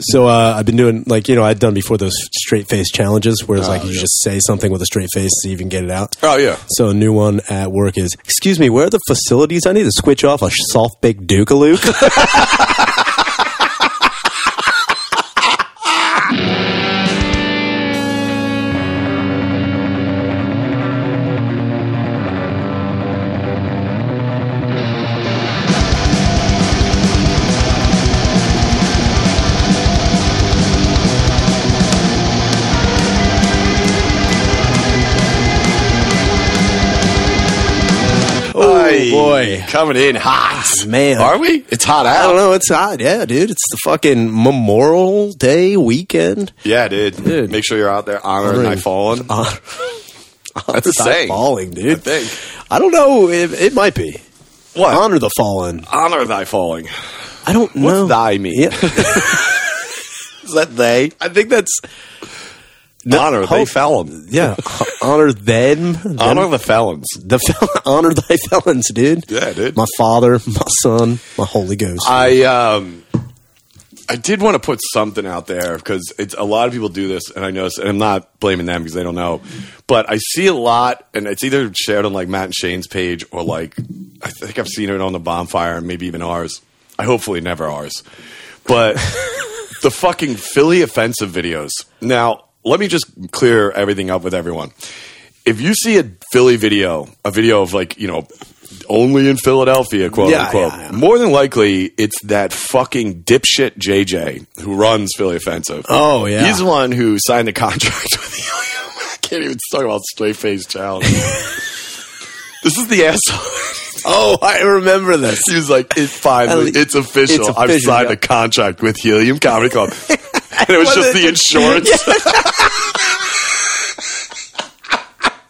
So uh, I've been doing like you know I'd done before those straight face challenges Ah, where it's like you just say something with a straight face so you can get it out. Oh, yeah. So a new one at work is excuse me, where are the facilities? I need to switch off a soft baked Duke Luke. Aye. boy. Ah, Coming in hot. Man. Are we? It's hot out. I don't know. It's hot, yeah, dude. It's the fucking Memorial Day weekend. Yeah, dude. Dude. Make sure you're out there honoring thy fallen. Uh, That's a it's not saying. falling, dude. I think. I don't know. It, it might be What? honor the fallen. honor thy falling. I don't What's know. thy mean? Is that they? I think that's honor how- thy felon. yeah. honor them. them. Honor the felons. the fel- honor thy felons, dude. Yeah, dude. My father, my son, my Holy Ghost. I um, I did want to put something out there because it's a lot of people do this, and I notice, and I'm not blaming them because they don't know, but I see a lot, and it's either shared on like Matt and Shane's page or like I think I've seen it on the bonfire, and maybe even ours. I hopefully never ours, but the fucking Philly offensive videos. Now, let me just clear everything up with everyone. If you see a Philly video, a video of like you know. Only in Philadelphia, quote Yeah, unquote. yeah, yeah. More than likely, it's that fucking dipshit JJ who runs Philly Offensive. Oh, yeah. he's the one who signed the contract with the I can't even talk about straight face challenge. this is the asshole. oh, I remember this. he was like, "It finally, Ellie, it's official. it's I've official, signed yeah. a contract with Helium Comedy Club." and it was just Wasn't the it- insurance.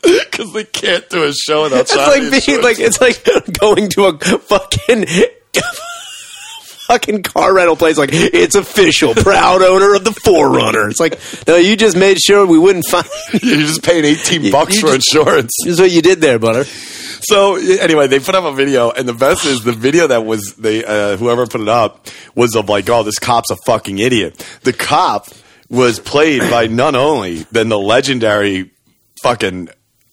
Because they can't do a show without It's signing like being insurance. like it's like going to a fucking fucking car rental place. Like it's official, proud owner of the Forerunner. It's like no, you just made sure we wouldn't find. You're just paying 18 bucks you for insurance. This is what you did there, butter. So y- anyway, they put up a video, and the best is the video that was they uh, whoever put it up was of like, oh, this cop's a fucking idiot. The cop was played by none only than the legendary fucking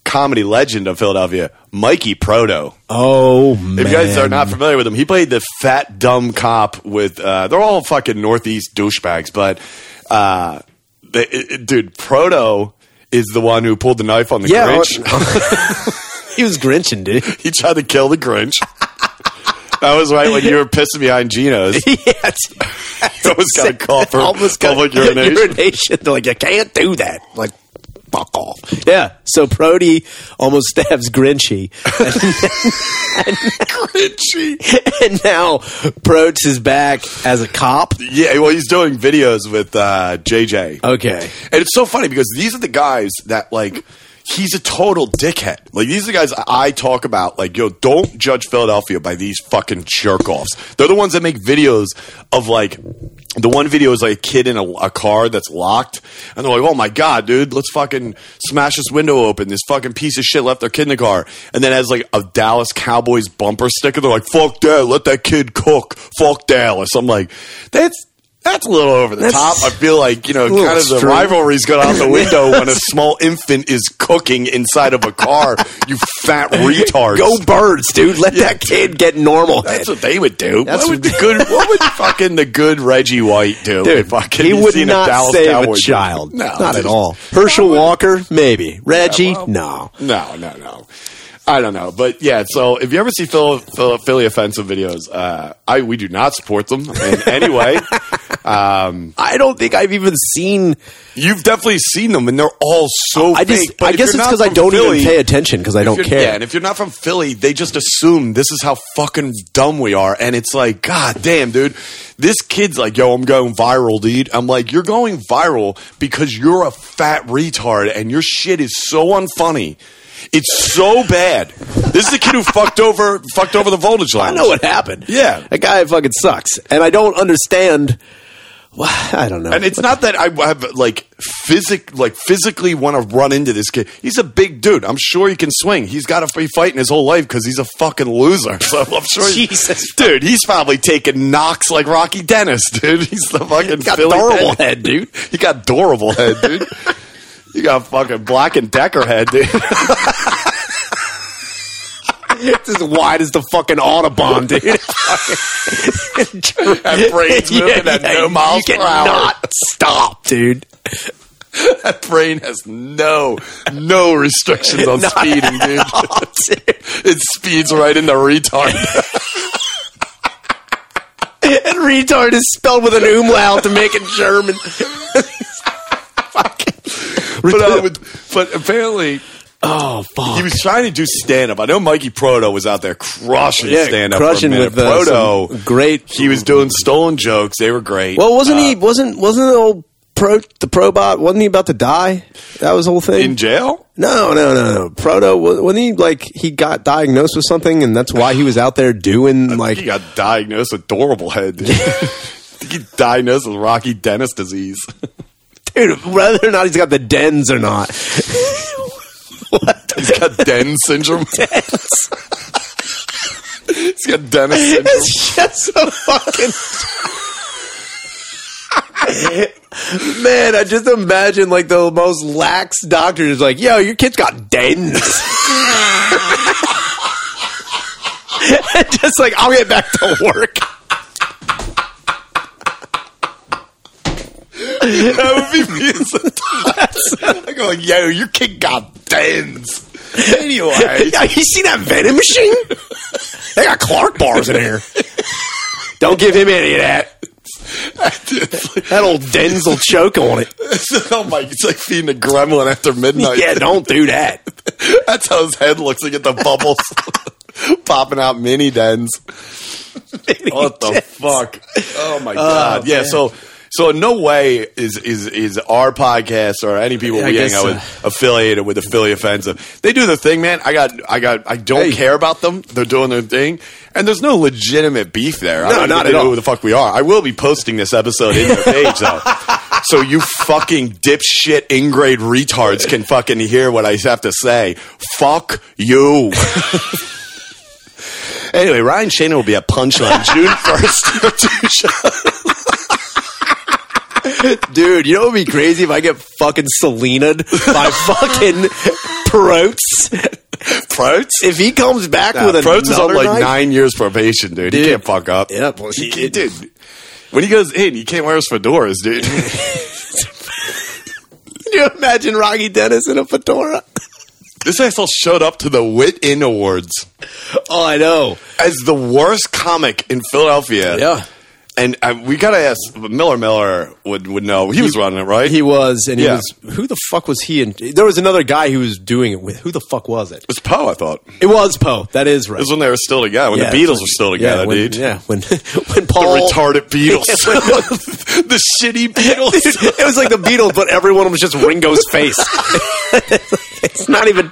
comedy legend of Philadelphia, Mikey Proto. Oh man! If you guys are not familiar with him, he played the fat dumb cop with. Uh, they're all fucking northeast douchebags, but uh, they, it, it- dude, Proto is the one who pulled the knife on the Yeah, Grinch. he was grinching, dude. He tried to kill the Grinch. That was right when you were pissing behind Geno's. yeah, it's- You almost got a call for Almost got public urination. They're like, you can't do that. Like, fuck off. Yeah. So Prody almost stabs Grinchy. Grinchy. and now Proats is back as a cop. Yeah, well, he's doing videos with uh, JJ. Okay. And it's so funny because these are the guys that, like, he's a total dickhead. Like, these are the guys I talk about. Like, yo, don't judge Philadelphia by these fucking jerk offs. They're the ones that make videos of, like, the one video is like a kid in a, a car that's locked, and they're like, "Oh my god, dude, let's fucking smash this window open." This fucking piece of shit left their kid in the car, and then has like a Dallas Cowboys bumper sticker. They're like, "Fuck that, let that kid cook." Fuck Dallas. I'm like, that's that's a little over the That's- top. I feel like you know, little kind of the extreme. rivalry's gone out the window when a small infant is cooking inside of a car. you fat retards. Go birds, dude. Let that kid get normal. That's head. what they would do. That's what would the good? What would fucking the good Reggie White do? Dude, if fucking he he's would seen not a Dallas save Cowboys a game? child. No, not at dude. all. Herschel Walker, maybe. Reggie, no. No, no, no. I don't know, but yeah. So if you ever see Phil, Phil, Philly offensive videos, uh, I we do not support them in any way. Um, I don't think I've even seen. you've definitely seen them, and they're all so. I just. fake, but I if guess you're it's not because I from don't Philly- even pay attention because I if don't you're- care. Yeah, and if you're not from Philly, they just assume this is how fucking dumb we are. And it's like, God damn, dude. This kid's like, yo, I'm going viral, dude. I'm like, you're going viral because you're a fat retard and your shit is so unfunny. It's so bad. This is the kid who fucked over fucked over the voltage I line. know what happened. Yeah. That guy fucking sucks. And I don't understand. Well, I don't know. And it's not that I have like physic like physically want to run into this kid. He's a big dude. I'm sure he can swing. He's got to be fighting his whole life because he's a fucking loser. So I'm sure. Jesus. dude, he's probably taking knocks like Rocky Dennis, dude. He's the fucking got Philly durable Dennis. head, dude. You got durable head, dude. you got fucking Black and Decker head, dude. It's as wide as the fucking Audubon, dude. that brain's moving at no miles you per hour. cannot stop, dude. that brain has no no restrictions on Not speeding, dude. Oh, dude. It speeds right into retard. And retard is spelled with an umlaut to make it German. but I would, but apparently Oh fuck! he was trying to do stand up. I know Mikey Proto was out there crushing Yeah, stand up. crushing with, uh, Proto. some great- He was doing stolen jokes. They were great. well, wasn't he? Wasn't wasn't the old pro the probot? Wasn't he about to die? That was the whole thing. in jail? no, no, no, no. Proto wa- wasn't he like he got diagnosed with something, and that's why he was out there doing like He got diagnosed with durable head. Dude. he got diagnosed with Rocky Dennis disease. dude, whether or not he's got the dens or not. He's got Den syndrome. He's got Dennis syndrome. It's just a fucking. Man, I just imagine like the most lax doctor is like, yo, your kid's got dens. And just like, I'll get back to work. That would be me as a dad. I go like, yo, your kid got dens. Anyway, Yeah, you see that vending machine? They got Clark bars in here. Don't give him any of that. That old dens will choke on it. oh my, it's like feeding a gremlin after midnight. Yeah, don't do that. That's how his head looks. Like at the bubbles popping out mini dens. what the fuck? Oh my god! yeah, so so in no way is is is our podcast or any people Yeah, I we hang guess uh, out so. with affiliated with the Philly offensive. They do the thing, man. I got I got I don't Hey. care about them. They're doing their thing, and there's no legitimate beef there. I No, don't not even at know all. Who the fuck we are? I will be posting this episode in their page though. So you fucking dipshit ingrate retards can fucking hear what I have to say. Fuck you. Anyway, Ryan Shanahan will be at Punchline June first. Dude, you know what would be crazy if I get fucking Selena'd by fucking Protes? Protes? If he comes back with a Protes Uh, is on like nine years probation, dude. He Dude. can't fuck up. Yeah, well, he, he- he- dude. When he goes in, he can't wear his fedoras, dude. Can you imagine Rocky Dennis in a fedora? this asshole showed up to the Wit In Awards Oh, I know. as the worst comic in Philadelphia. Yeah. and uh, we gotta ask Miller. Miller would would know. He, was running it, right? He He was, and he Yeah. was. Who the fuck was he? And there was another guy who was doing it with. Who the fuck was it? was Poe, I thought. It It was Poe. That is right. was when they were still together. When Yeah, the that's Beatles right. were still Yeah, together, when- dude. Yeah, Oh. when when The Paul retarded Beatles. the shitty Beatles. it was like the Beatles, but everyone was just Ringo's face. it's not even.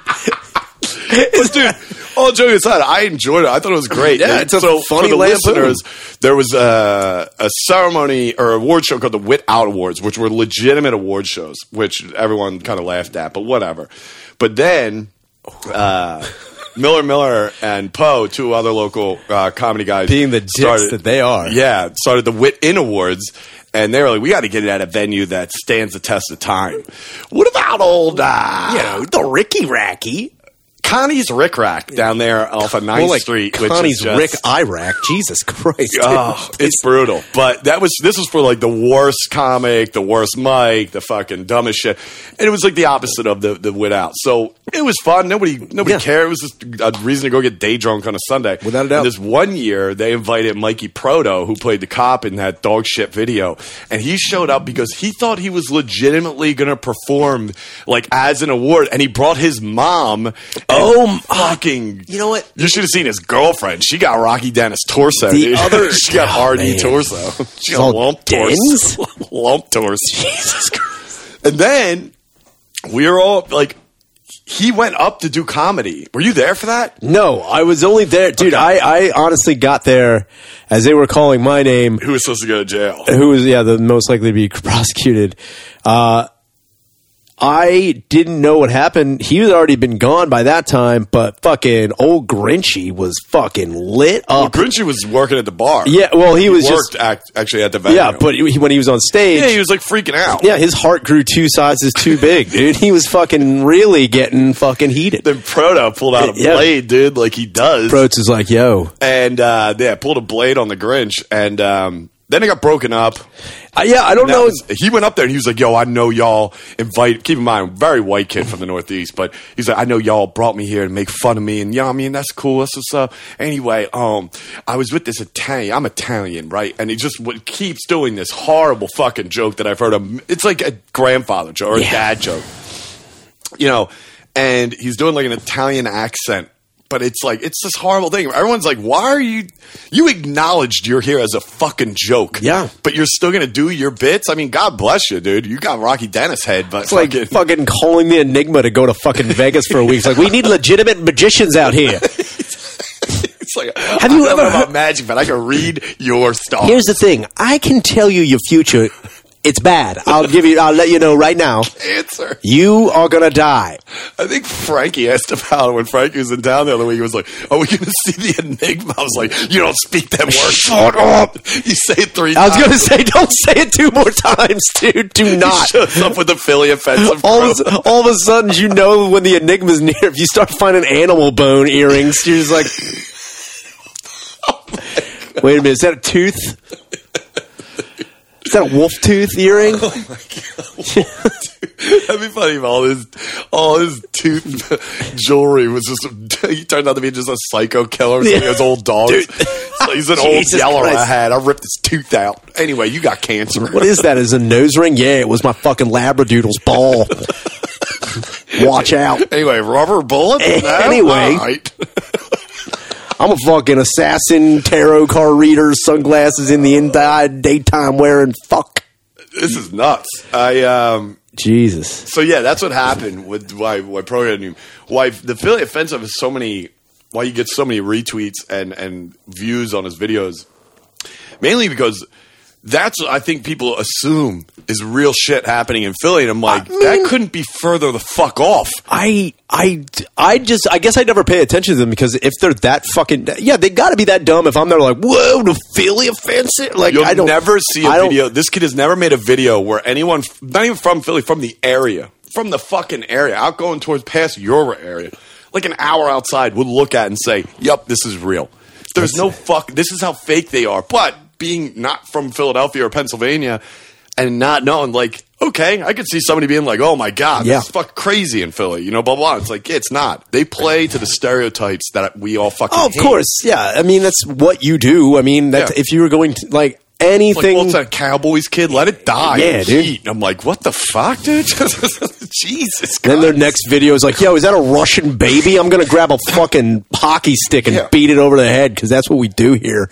But dude, all Oh, joking aside, I enjoyed it. I thought it was great. Yeah, And it's a for funny the lampoon. listeners. There was a, a ceremony or award show called the Wit Out Awards, which were legitimate award shows, which everyone kind of laughed at, but whatever. But then. Uh, Miller Miller and Poe, two other local uh, comedy guys, Being the dicks that they are. yeah, started the Wit In Awards, and they were like, "We got to get it at a venue that stands the test of time." What about old, uh, You know, the Ricky Racky. Connie's Rick Rack down there off of 9th More like Street. Connie's which is just, Rick Iraq. Jesus Christ. dude. Oh, it's brutal. But that was this was for like the worst comic, the worst mic, the fucking dumbest shit. And it was like the opposite of the the wit out. So it was fun. Nobody nobody Yeah. cared. It was just a reason to go get day drunk on a Sunday. Without a doubt. And this one year they invited Mikey Proto, who played the cop in that dog shit video, and he showed up because he thought he was legitimately gonna perform like as an award, and he brought his mom. Oh, fucking you know what? you should have seen his girlfriend. She got Rocky Dennis torso. The dude. other- she got Oh, RD man. torso. She all got lump dens? torso. lump torso. Jesus Christ. And then we were all like, he went up to do comedy. Were you there for that? No, I was only there, dude. I, I honestly got there as they were calling my name. Who was supposed to go to jail? Who was yeah the most likely to be prosecuted? Uh, I didn't know what happened. He had already been gone by that time, but fucking old Grinchy was fucking lit up. Grinchy was working at the bar. yeah, well, he, was worked just act, actually at the venue. yeah, but he, when he was on stage, yeah, he was like freaking out. yeah, his heart grew two sizes too big, dude. He was fucking really getting fucking heated. Then Proto pulled out a Yeah. blade, dude, like he does. Broats is like, yo, and uh, yeah, pulled a blade on the Grinch, and um, then it got broken up. I, yeah, I don't That know. was- he went up there and he was like, "Yo, I know y'all invite." Keep in mind, very white kid from the Northeast, but he's like, "I know y'all brought me here to make fun of me, and yeah, I mean that's cool. That's what's up." Anyway, um, I was with this Italian. I'm Italian, right? And he just w- keeps doing this horrible fucking joke that I've heard of. It's like a grandfather joke or a Yeah. dad joke you know, and he's doing like an Italian accent. But it's like it's this horrible thing. Everyone's like, "Why are you? You acknowledged you're here as a fucking joke, Yeah. But you're still gonna do your bits. I mean, God bless you, dude. You got Rocky Dennis head, but It's like fucking- fucking calling the Enigma to go to fucking Vegas for a week. It's like, we need legitimate magicians out here. it's like Have you I don't know ever about heard- magic? But I can read your stuff. Here's the thing I can tell you your future. It's bad. I'll give you, I'll let you know right now. answer. You are going to die. I think Frankie asked about it when Frankie was in town the other week. He was like, "Are we gonna see the Enigma?" I was like, "You don't speak that word. Shut up! You say it three. I was times. going to say, don't say it two more times, dude. Do not. He shows up with the Philly offensive. All crew. of, a- all of a sudden, you know when the enigma's near. If you start finding animal bone earrings, you're just like, wait a minute, is that a tooth? Is that a wolf tooth earring? That'd be funny if all his all his tooth jewelry was just he turned out to be just a psycho killer. Yeah. Yeah. His old dog. Dude. So he's an old Jesus yeller I Christ. had. I ripped his tooth out. Anyway, you got cancer. What is that? Is it a nose ring? Yeah, it was my fucking labradoodle's ball. Watch out. Anyway, rubber bullet. Anyway. I'm a fucking assassin, tarot card reader, sunglasses in the inside, daytime wearing fuck. this is nuts. I um. Jesus. So yeah, that's what happened with why why programming why the Philly offensive has so many why you get so many retweets and and views on his videos mainly because that's what I think people assume is real shit happening in Philly and I'm like that couldn't be further the fuck off. I I I just I guess I never pay attention to them because if they're that fucking yeah they got to be that dumb if I'm there like whoa the Philly offensive like You'll I don't never see a I don't- video. This kid has never made a video where anyone, not even from Philly, from the area, from the fucking area, out going towards past your area, like an hour outside, would look at and say, "Yep, this is real." There's no fuck. This is how fake they are. But being not from Philadelphia or Pennsylvania and not knowing, like, okay, I could see somebody being like, "Oh my god, Yeah. this is fuck crazy in Philly," you know, blah blah. It's like it's not. They play to the stereotypes that we all fucking. oh of hate. course yeah I mean that's what you do I mean that's Yeah. if you were going to like It's like, anything well, it's a Cowboys kid. Let it die. Yeah, in dude. heat. I'm like, what the fuck, dude? Jesus. Then Christ. their next video is like, yo, is that a Russian baby? I'm going to grab a fucking hockey stick and Yeah. beat it over the head because that's what we do here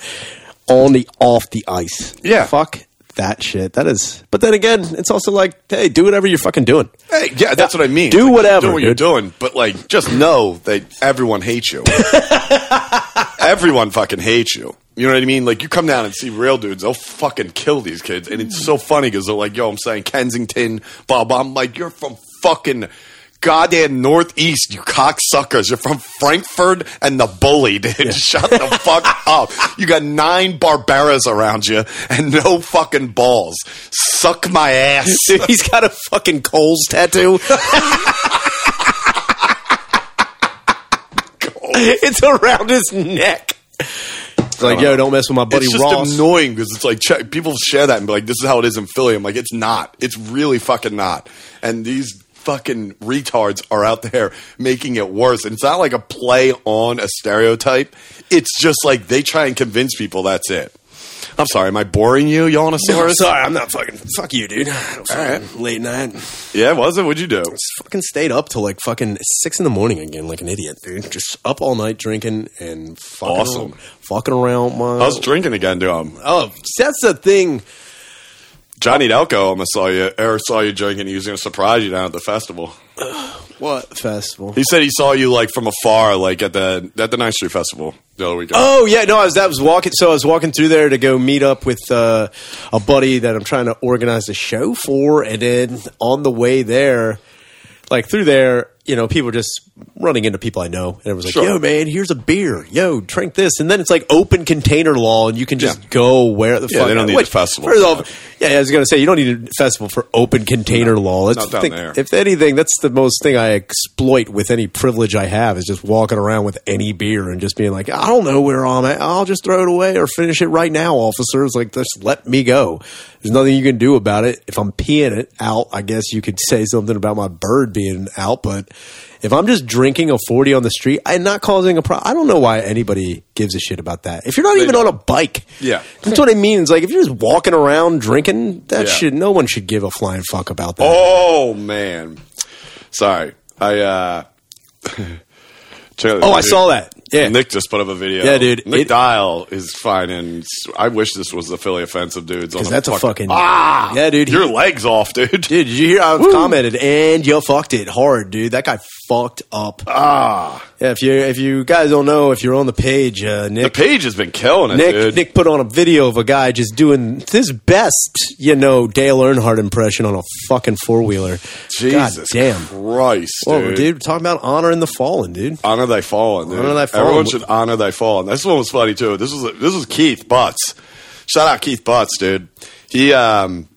on the off the ice. Yeah. Fuck that shit. That is. But then again, it's also like, hey, do whatever you're fucking doing. Hey, yeah, that's what I mean. Do Like, whatever, Do what you're dude. doing, but like, just know that everyone hates you. everyone fucking hates you. You know what I mean? Like, you come down and see real dudes, they'll fucking kill these kids, and it's so funny because they're like, "Yo, I'm saying Kensington, blah blah." I'm like, "You're from fucking." Goddamn Northeast, you cocksuckers. You're from Frankfurt and the bully, dude. Shut the fuck up. You got nine Barbaras around you and no fucking balls. Suck my ass. Dude, he's got a fucking Coles tattoo. it's around his neck. It's like, yo, don't mess with my buddy it's just Ross. annoying because it's like check, people share that and be like, "This is how it is in Philly." I'm like, "It's not. It's really fucking not." And these fucking retards are out there making it worse. And it's not like a play on a stereotype. It's just like they try and convince people that's it. I'm sorry, am I boring you, Yawnosaurus? sorry, I'm not fucking. Fuck you, dude. All right. Late night. Yeah, was it? What'd you do? just fucking stayed up till like fucking six in the morning again, like an idiot, dude. Just up all night drinking and fucking Awesome. around, fucking around. My I was drinking again to him. oh, that's the thing. Johnny Delco almost saw you, or saw you drinking. He was going to surprise you down at the festival. What festival? He said he saw you like from afar, like at the at the Ninth Street Festival the other weekend. Oh yeah, no, I was that was walking. So I was walking through there to go meet up with uh, a buddy that I'm trying to organize a show for, and then on the way there, like through there, you know, people were just running into people I know, and it was like, Sure. "Yo, man, here's a beer. Yo, drink this." And then it's like open container law, and you can just Yeah. go where the Yeah, fuck. they don't need a which, festival First for off, yeah, I was gonna say you don't need a festival for open container law. It's not down think- there. If anything, that's the most thing I exploit with any privilege I have is just walking around with any beer and just being like, "I don't know where I'm at. I'll just throw it away or finish it right now, officer." It's like just let me go. There's nothing you can do about it. If I'm peeing it out, I guess you could say something about my bird being out, but if I'm just drinking a 40 on the street and not causing a problem, I don't know why anybody gives a shit about that. If you're not even on a bike, Yeah. that's what it means. Like if you're just walking around drinking, that Yeah. should no one should give a flying fuck about that. Oh man, sorry. I uh, Oh, I saw that. Yeah. Nick just put up a video. Yeah, dude. Nick It- Dial is fine, and s- I wish this was the Philly offensive dudes. on 'Cause that's a fucking- ah, Yeah, dude, he- Your legs off, dude. Dude, did you hear? I've commented, and you fucked it hard, dude. That guy fucked up. Ah, Yeah, if you if you guys don't know, if you're on the page, uh, the Nick page has been killing it, Nick dude. Nick put on a video of a guy just doing his best, you know, Dale Earnhardt impression on a fucking four wheeler. Jesus damn. Christ, Whoa, dude. dude. we're talking about honoring the fallen, dude. Honor thy fallen. Dude. Honor thy fallen. Everyone should honor thy fallen. This one was funny too. This was this was Keith Butts. Shout out Keith Butts, dude. He um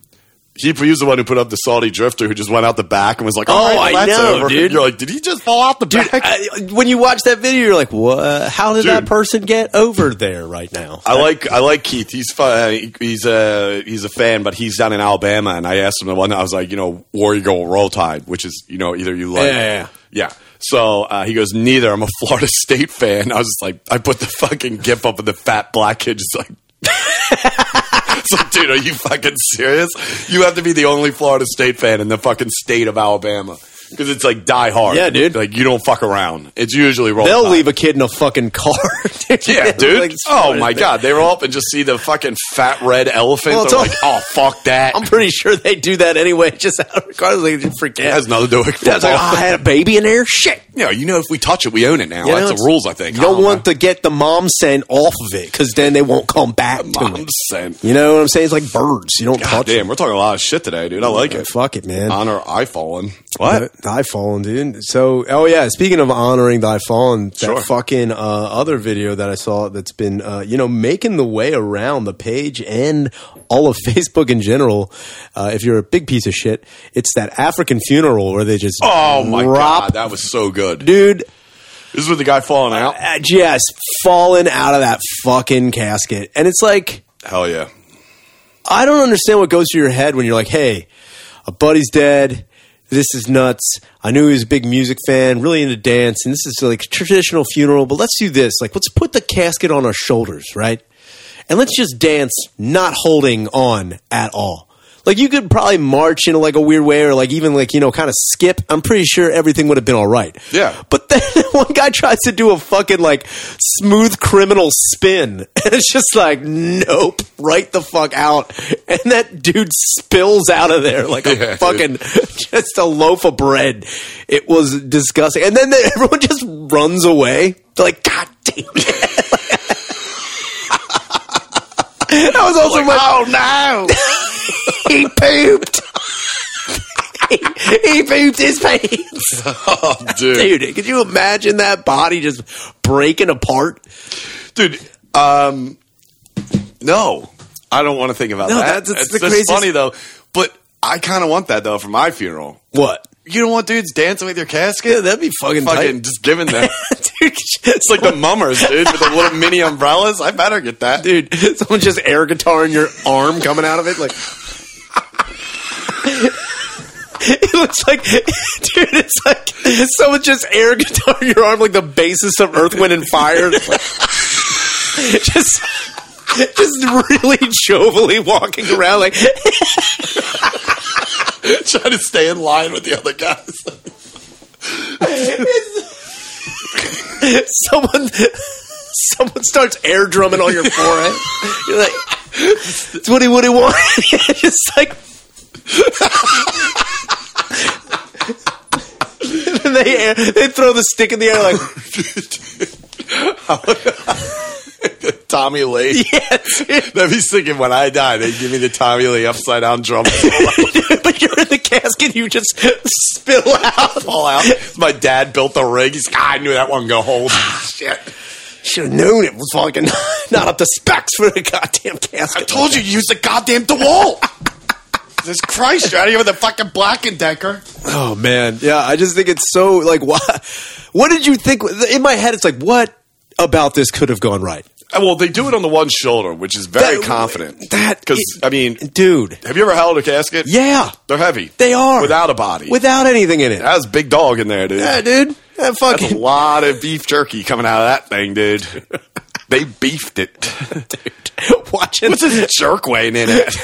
he, he was the one who put up the salty drifter who just went out the back and was like, "All Oh, right, well, I that's know, over." dude. You're like, did he just fall out the Dude, back? I, when you watch that video, you're like, "What? How did that Dude. Oh, person get over there right now?" I like I like Keith. He's fun. He's a he's a fan, but he's down in Alabama. And I asked him the one. I was like, you know, War Eagle Roll Tide, which is you know either you like Yeah, yeah, yeah. Yeah. So uh, he goes, neither. I'm a Florida State fan. I was just like, I put the fucking gif up of the fat black kid, just like. It's like, dude, are you fucking serious? You have to be the only Florida State fan in the fucking state of Alabama because it's like die hard. Yeah, dude. Like you don't fuck around. It's usually roll. They'll Tide. leave a kid in a fucking car. Yeah, It's dude. like- oh my god, they were up and just see the fucking fat red elephant. Well, it's They're all- like, oh fuck that. I'm pretty sure they do that anyway. Just out of regardless, they just freak it out. has nothing to do with Yeah, it's football. like, oh, I had a baby in there. Shit. you, know, you know, if we touch it, we own it now. You know, Oh, That's it's- the rules, I think. Oh, You I don't want know. to get the mom scent off of it because then they won't come back to I'm it. saying, You know what I'm saying? It's like birds. You don't God touch damn, we're talking a lot of shit today, dude. I like them. it. Fuck it, man. Honor I fallen. What? Thy Fallen, dude. So, oh yeah. Speaking of honoring Thy Fallen, that Sure. fucking uh, other video that I saw that's been, uh, you know, making the way around the page and all of Facebook in general. Uh, if you're a big piece of shit, it's that African funeral where they just Oh my drop- god, that was so good. dude. This is with the guy falling out. uh, Just falling out of that fucking casket, and it's like. Hell yeah. I don't understand what goes through your head when you're like, hey, a buddy's dead. This is nuts. I knew he was a big music fan, really into dance, and this is like a traditional funeral, but let's do this. Like, let's put the casket on our shoulders, right? And let's just dance, not holding on at all. Like, you could probably march in like a weird way or like even like, you know, kind of skip. I'm pretty sure everything would have been all right. Yeah. But then one guy tries to do a fucking like smooth criminal spin. And it's just like, nope, right the fuck out. And that dude spills out of there like a Yeah, dude. fucking just a loaf of bread. It was disgusting. And then the, everyone just runs away. They're like, God damn it. that was also my "Oh, no. he pooped. he, he pooped his pants. oh, dude. Dude, could you imagine that body just breaking apart? dude. Um, no, I don't want to think about No, that. that's- it's It's the just craziest- funny though, but I kind of want that though for my funeral. What? You don't want dudes dancing with your casket? Yeah, that'd be fucking, Fucking just giving them. tight. dude, it's like the mummers, dude, with the little mini umbrellas. I better get that, dude, someone just air guitar in your arm coming out of it, like. It looks like, dude, it's like someone just air guitar in your arm, like the bassist of Earth, Wind, and Fire. It's like- just, just really jovially walking around, like, Trying to stay in line with the other guys. someone someone starts air drumming on your forehead. You're like, it's what he would he want. Just like. and they air, they throw the stick in the air like Dude. How- Tommy Lee. That'd be sick if when I die, they give me the Tommy Lee upside down drum solo. but you're in the casket, you just spill out. fall out. My dad built the rig. He's "Ah, I knew that one go hold. Shit. Should have known it was fucking not up to specs for the goddamn I casket. told you, use the goddamn DeWalt. Jesus Christ, you're out of here with a fucking Black and Decker. Oh man, yeah. I just think it's so like what? What did you think? In my head, it's like what about this could have gone right? Uh, Well, they do it on the one shoulder, which is very That- confident. that- because I mean, Dude, have you ever held a casket? yeah, they're heavy. they are without a body. without anything in it. that was a big dog in there, dude. yeah, dude, that That's a fucking lot of beef jerky coming out of that thing, dude. they beefed it. dude. Watching What's this jerk weighing in it?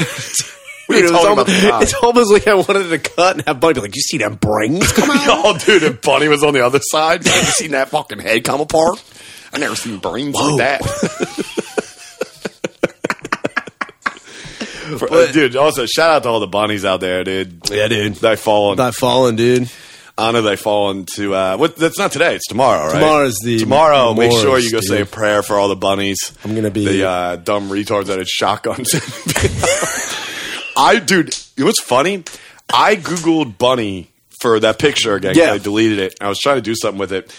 What are you Dude, it was talking about? almost, it's almost like I wanted to cut and have Buddy be like, "You see them brains come out?" Oh, dude, if Bunny was on the other side, have you seen that fucking head come apart? I never seen brains Whoa. like that. For- uh, dude, also shout out to all the bunnies out there, dude. Yeah, dude. They fallen. Not falling, dude. Honor they fallen to. Uh, what? That's not today. It's tomorrow, right? Tomorrow's the tomorrow. make Morris, sure you go dude. say a prayer for all the bunnies. I'm gonna be- the uh, dumb retards that had shotguns. I, dude, you know what's funny? I googled bunny for that picture again. 'cause Yeah. I deleted it. I was trying to do something with it,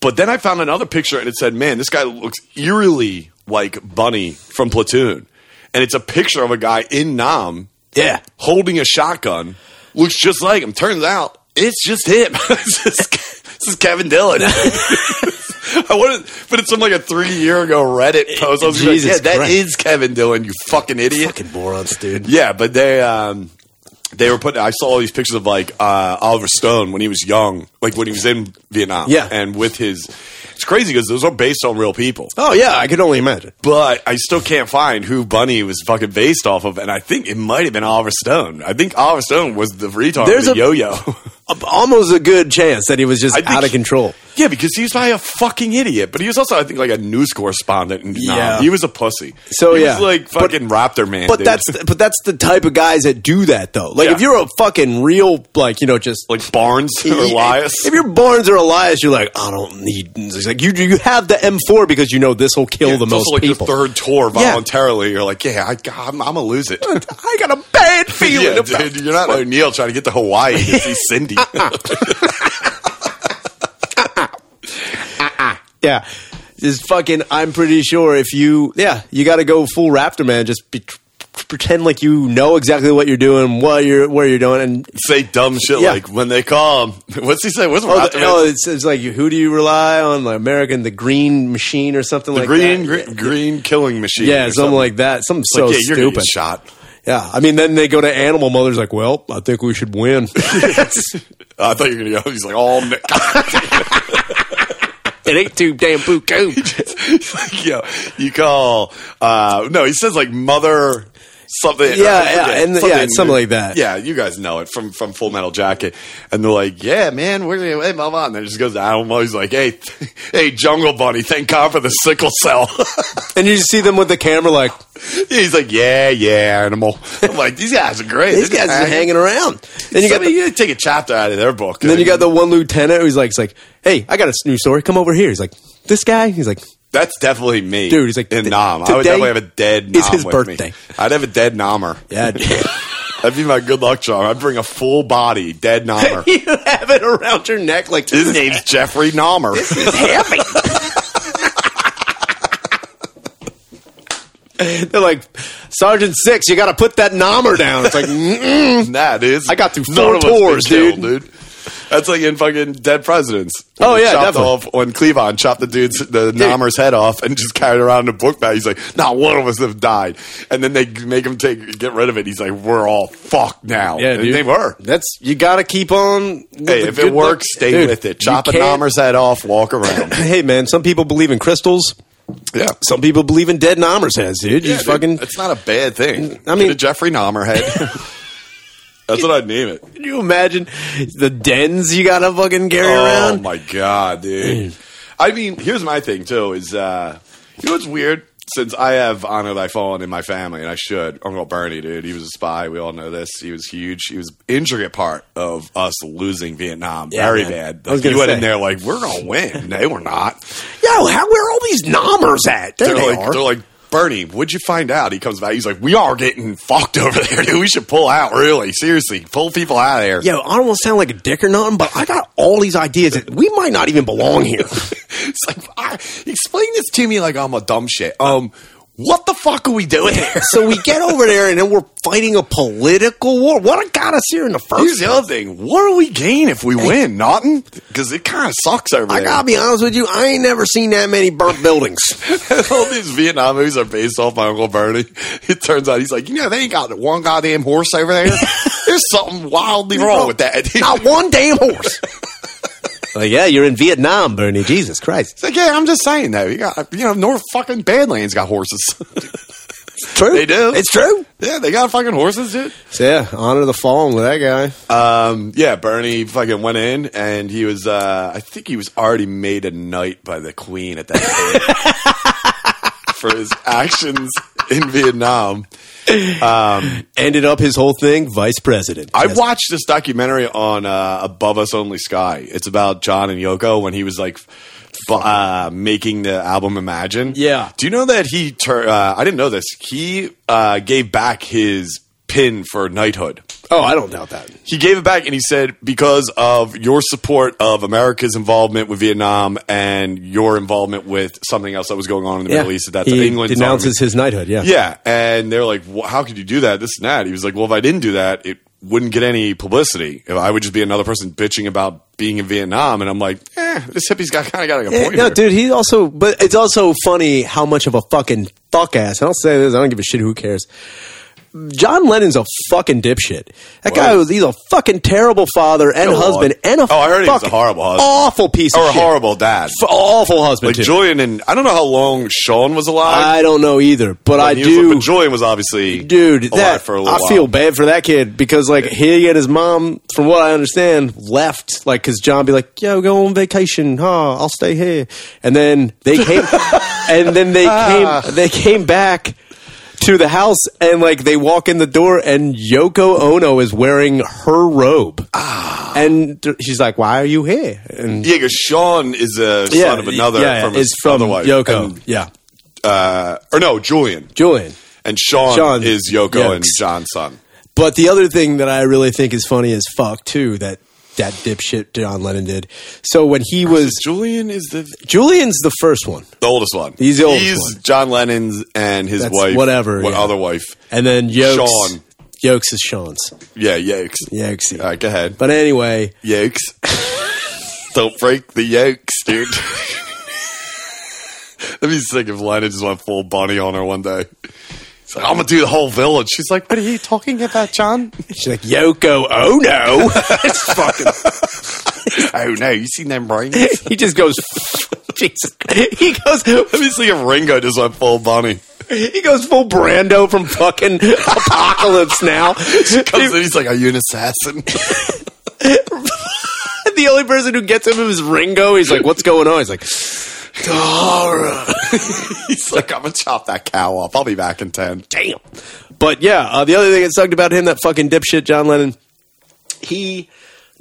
but then I found another picture and it said, "Man, this guy looks eerily like Bunny from Platoon," and it's a picture of a guy in Nam Yeah, holding a shotgun looks just like him. Turns out it's just him. this, is, this is Kevin Dillon. I wanted, but it's from like a three year ago Reddit post. I was like, Jesus yeah, that Christ. is Kevin Dillon. You fucking idiot. fucking morons, dude. Yeah, but they um, they were putting. I saw all these pictures of like uh, Oliver Stone when he was young, like when he was in Vietnam. Yeah. and with his, it's crazy because those are based on real people Oh yeah, I could only imagine. but I still can't find who Bunny was fucking based off of, and I think it might have been Oliver Stone. I think Oliver Stone was the retard, There's There's a- a yo-yo. A- almost a good chance that he was just I think out of he- control. yeah, because he was probably a fucking idiot, but he was also, I think, like a news correspondent. In Vietnam. Yeah. he was a pussy. So, he yeah. was like But- fucking Raptor Man. But dude. that's but that's the type of guys that do that though. Like Yeah. if you're a fucking real like you know just like Barnes or Elias. If you're Barnes or Elias, you're like I don't need. It's like you you have the M4 because you know this will kill Yeah, the it's most also like people. your third tour Yeah. voluntarily. You're like, yeah, I, I'm, I'm gonna lose it. I got a bad feeling. yeah, about dude, you're not O'Neill trying to get to Hawaii to see Cindy. Yeah. Is fucking, I'm pretty sure if you, yeah, you got to go full Raptor man. Just be, pretend like you know exactly what you're doing, what you're, where you're doing, and say dumb shit Yeah. like when they call. What's he say? What's oh, Raptor the, Man? oh it's, it's like who do you rely on? Like American, the Green Machine or something like green, that. green, green killing machine. yeah, or something, like that. Something so Like, yeah, you're gonna stupid. get shot. Yeah, I mean, then they go to Animal Mother's like, well, I think we should win. Uh, I thought you were gonna go. He's like, oh, Nick. It ain't too damn boo He's like, yo, you call. Uh, no, he says like mother something. I Yeah, forget. yeah, and the- yeah, it's something like that. Yeah, you guys know it from from Full Metal Jacket. And they're like, yeah, man, we're gonna hey, blah blah. And then it just goes to Animal. He's like, hey, hey, Jungle Bunny, thank God for the sickle cell. and you just see them with the camera like, He's like, yeah, yeah, Animal. I'm like, these guys are great. these They're guys just are hanging around. Then you got the Somebody- you take a chapter out of their book. uh, And then you got the one lieutenant who's like, it's like, hey, I got a new story. Come over here. He's like, this guy. He's like, That's definitely me, Dude, he's like, in "Th- Nam. I would today definitely have a dead. Nom is his with birthday. Me. I'd have a dead nommer. yeah, That'd be my good luck charm. I'd bring a full body dead nommer. you have it around your neck like his name's Jeffrey Nommer. heavy. They're like, Sergeant Six, you got to put that nommer down. It's like, mm-mm. nah, dude. it's- I got through none four of us been tours, killed, dude. dude. That's like in fucking Dead Presidents. When Oh, they yeah, chopped definitely. Off, when Cleavon chopped the dude's the Nommer's head off and just carried around in a book bag. He's like, not one of us have died. And then they make him take get rid of it. He's like, we're all fucked now. yeah, and dude. they were. That's you got to keep on. with Hey, the if good it works, luck. stay Dude, with it. you Chop a can't- Nommer's head off, walk around. Hey, man, some people believe in crystals. yeah. Some people believe in dead nommers heads, dude. You Yeah, dude, fucking. It's not a bad thing. I I mean- mean, Jeffrey Nommer head. That's what I'd name it. Can you imagine the dens you got to fucking carry Oh around? Mm. my god, dude. I mean, here's my thing too: is uh, you know what's weird? since I have Honor Thy Fallen in my family, and I should, Uncle Bernie, dude, he was a spy. We all know this. He was huge. He was an intricate part of us losing Vietnam. Yeah, Very man. bad. I was Like, he gonna went say. in there like, we're going to win. they were not. Yo, how where are all these nommers at? There They're they like, are. they're like, Bernie, what'd you find out? He comes back. He's like, we are getting fucked over there, dude. We should pull out, really. Seriously, pull people out of there. Yo, I don't want to sound like a dick or nothing, but I got all these ideas that we might not even belong here. It's like, I, explain this to me like I'm a dumb shit. Um, what the fuck are we doing here? so we get over there and then we're fighting a political war. What got us here in the first Here's the other thing. What do we gain if we win, Naughton? Because it kind of sucks over I there. gotta be honest with you, I ain't never seen that many burnt buildings. All these Vietnam movies are based off my Uncle Bernie. It turns out he's like, you know, they ain't got one goddamn horse over there. There's something wildly wrong with that. He's Not one damn horse. Like, yeah, you're in Vietnam, Bernie. Jesus Christ. like, yeah, I'm just saying though. You got, you know, North fucking Badlands got horses. It's true. They do. It's true. yeah, they got fucking horses, dude. yeah, honor the fallen with that guy. Um, yeah, Bernie fucking went in, and he was. Uh, I think he was already made a knight by the Queen at that point for his actions in Vietnam. Ended up his whole thing, vice president. I watched this documentary on uh, Above Us Only Sky. It's about John and Yoko when he was like bu- uh, making the album Imagine. Yeah. Do you know that he? Tur- uh, I didn't know this. He uh, gave back his pin for knighthood. oh, I don't doubt that. he gave it back and he said because of your support of America's involvement with Vietnam and your involvement with something else that was going on in the Middle East at that time. he England's denounces his knighthood, yeah. yeah, and they were like, well, "How could you do that? This and that." He was like, "Well, if I didn't do that, it wouldn't get any publicity. I would just be another person bitching about being in Vietnam." And I'm like, "Eh, this hippie's got kind of got a Yeah, point." Eh, no, here. dude, he also, but it's also funny how much of a fucking fuck ass. And I'll say this, I don't give a shit who cares. John Lennon's a fucking dipshit. That guy Whoa. was, he's a fucking terrible father and Go on. husband and a Oh, I heard he was a fucking horrible husband. awful piece or of a shit. horrible dad. F- awful husband, Like too. Julian and I don't know how long Sean was alive. I don't know either, but I when he was- do. but Julian was obviously dude, alive that, for a I little feel while. bad for that kid because, like, he and his mom, from what I understand, left. Like, because John be like, yo, go on vacation. Huh, I'll stay here. And then they came, and then they Ah. came, they came back to the house and like they walk in the door and Yoko Ono is wearing her robe. Ah. And th- she's like, "Why are you here?" And Yeah, because Sean is a son of another yeah, from his is from other wife. Yoko. And, yeah. uh, or no, Julian. Julian. And Sean, Sean. is Yoko Yeah. and John's son. But the other thing that I really think is funny as fuck too that that dipshit John Lennon did. So when he was Julian is the Julian's the first one, the oldest one. He's the oldest He's one. John Lennon's and his That's wife, whatever, what yeah. other wife. and then Yokes. Sean. Yokes is Sean's. Yeah, yokes. Yokesy. All right, go ahead. But anyway, Yokes. Don't break the yokes, dude. That'd be sick if Lennon just went full bunny on her one day. He's like, I'm gonna do the whole village. She's like, "What are you talking about, John?" she's like Yoko oh, Ono. it's fucking. oh no, you seen them brains? He just goes. Jesus. He goes. Obviously, if Ringo just went full bunny, He goes full Brando from fucking Apocalypse Now. comes in, he's like, "Are you an assassin?" the only person who gets him is Ringo. He's like, "What's going on?" He's like, "Dara." he's like, "I'm gonna chop that cow off. I'll be back in ten. damn. But yeah, uh, the other thing that sucked about him, that fucking dipshit John Lennon, he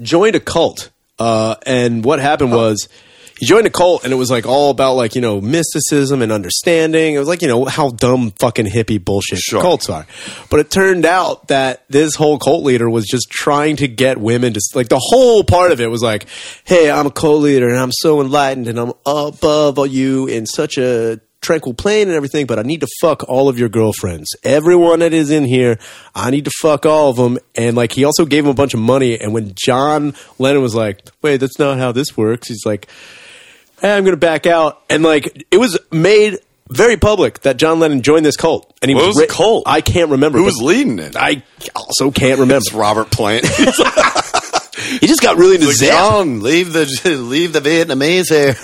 joined a cult. Uh, and what happened was he joined a cult, and it was like all about like you know mysticism and understanding. It was like you know how dumb fucking hippie bullshit Sure. cults are. But it turned out that this whole cult leader was just trying to get women to like the whole part of it was like, hey, I'm a cult leader, and I'm so enlightened, and I'm above all you in such a tranquil plane and everything, but I need to fuck all of your girlfriends. Everyone that is in here, I need to fuck all of them. And like, he also gave him a bunch of money. And when John Lennon was like, wait, that's not how this works, he's like, hey, eh, I'm going to back out. And like, it was made very public that John Lennon joined this cult. And he What was the ri- cult? I can't remember. Who but was leading it? I also can't remember. It's Robert Plant. He just got really into Like, Zen. John, leave the leave the Vietnamese here.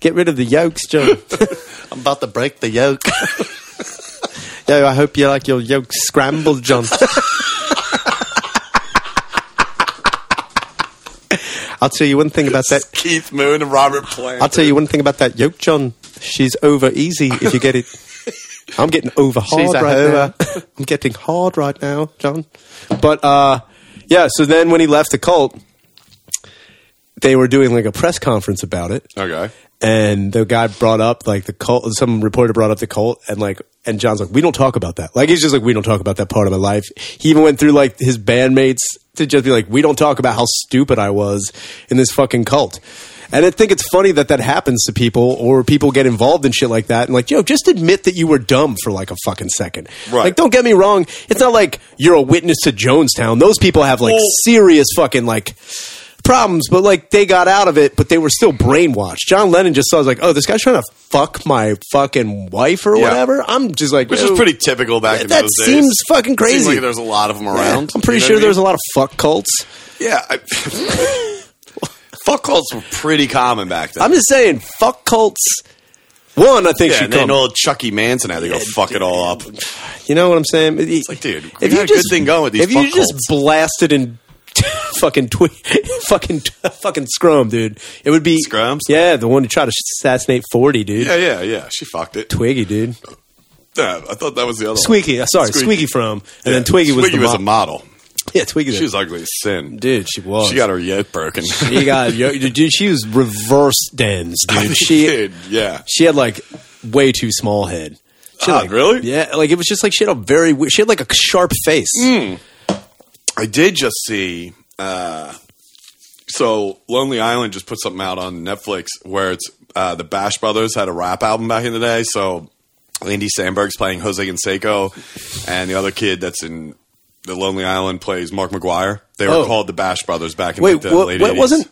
Get rid of the yolks, John. I'm about to break the yoke. Yo, I hope you like your yolks scrambled, John. I'll tell you one thing about that. Keith Moon and Robert Plant. I'll tell you one thing about that yoke, John. She's over easy if you get it. I'm getting over hard She's a right hoe. now. I'm getting hard right now, John. But uh, yeah, so then when he left the cult, they were doing like a press conference about it Okay. and the guy brought up like the cult some reporter brought up the cult and like and john's like we don't talk about that like he's just like we don't talk about that part of my life he even went through like his bandmates to just be like we don't talk about how stupid i was in this fucking cult and i think it's funny that that happens to people or people get involved in shit like that and like yo just admit that you were dumb for like a fucking second Right. like don't get me wrong it's not like you're a witness to jonestown those people have like Well- serious fucking like problems, but like they got out of it, but they were still brainwashed. John Lennon just saw was like, oh, this guy's trying to fuck my fucking wife or Yeah. whatever. I'm just like, Which is "Oh, pretty typical back in that those days. seems fucking Seems crazy. like there's a lot of them around. I'm pretty You know sure what I there's a mean? lot of fuck cults. Yeah. I- fuck cults were pretty common back then. I'm just saying, fuck cults. One, I think yeah, should and then come. old Chucky Manson had to go fuck it all up. You know what I'm saying? It's like, dude, we got a good thing going with these If you fuck just cults. blasted and fucking twi- fucking fucking scrum, dude, it would be Scrums? Yeah, the one to try to assassinate forty, dude. Yeah, yeah, yeah. She fucked it. Twiggy, dude. Yeah, I thought that was the other one. Squeaky, uh, sorry, Squeaky. Squeaky from, and then Twiggy was Twiggy the was a mom. model. yeah, Twiggy. She was ugly as sin. dude, she was. She got her yoke broken. She got yo- dude. She was reverse dens, dude. She Dude, yeah. she had like way too small head. She Ah, like, really? Yeah, like it was just like she had a very we- she had like a sharp face. Mm. I did just see. Uh, so Lonely Island just put something out on Netflix where it's uh, the Bash Brothers had a rap album back in the day. So Andy Sandberg's playing Jose Canseco, and the other kid that's in the Lonely Island plays Mark McGuire. They were Oh. called the Bash Brothers back in Wait, like, the what, late what 80s. wasn't?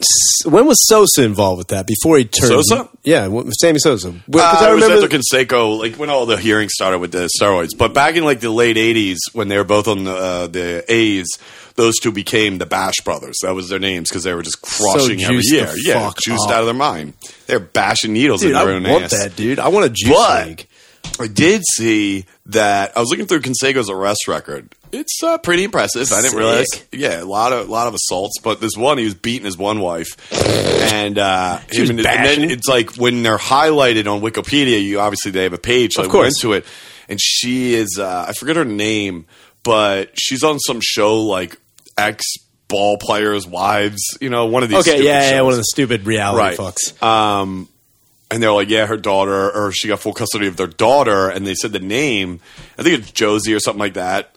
S- When was Sosa involved with that? Before he turned Sosa? yeah, wh- Sammy Sosa. Uh, Because I it was remember after Conseco, like when all the hearings started with the steroids. But back in like the late '80s, when they were both on the uh, the A's, those two became the Bash Brothers. That was their names because they were just crushing every juiced the year. Yeah, fuck juiced up. out of their mind. They're bashing needles dude, in their I own want ass. that, dude. I want a juice But- league. I did see that. I was looking through Conseco's arrest record. It's uh, pretty impressive. I didn't realize. Sick. Yeah, a lot of lot of assaults, but this one he was beating his one wife, and uh, him was and, his- and bashing then him? it's like when they're highlighted on Wikipedia, you obviously they have a page. So Of I went course. to it, and she is uh, I forget her name, but she's on some show like ex ball players' wives. You know, one of these. Okay, stupid yeah, yeah, shows one of the stupid reality Right. fucks. Um, and they're like, yeah, her daughter, or she got full custody of their daughter, and they said the name. I think it's Josie or something like that.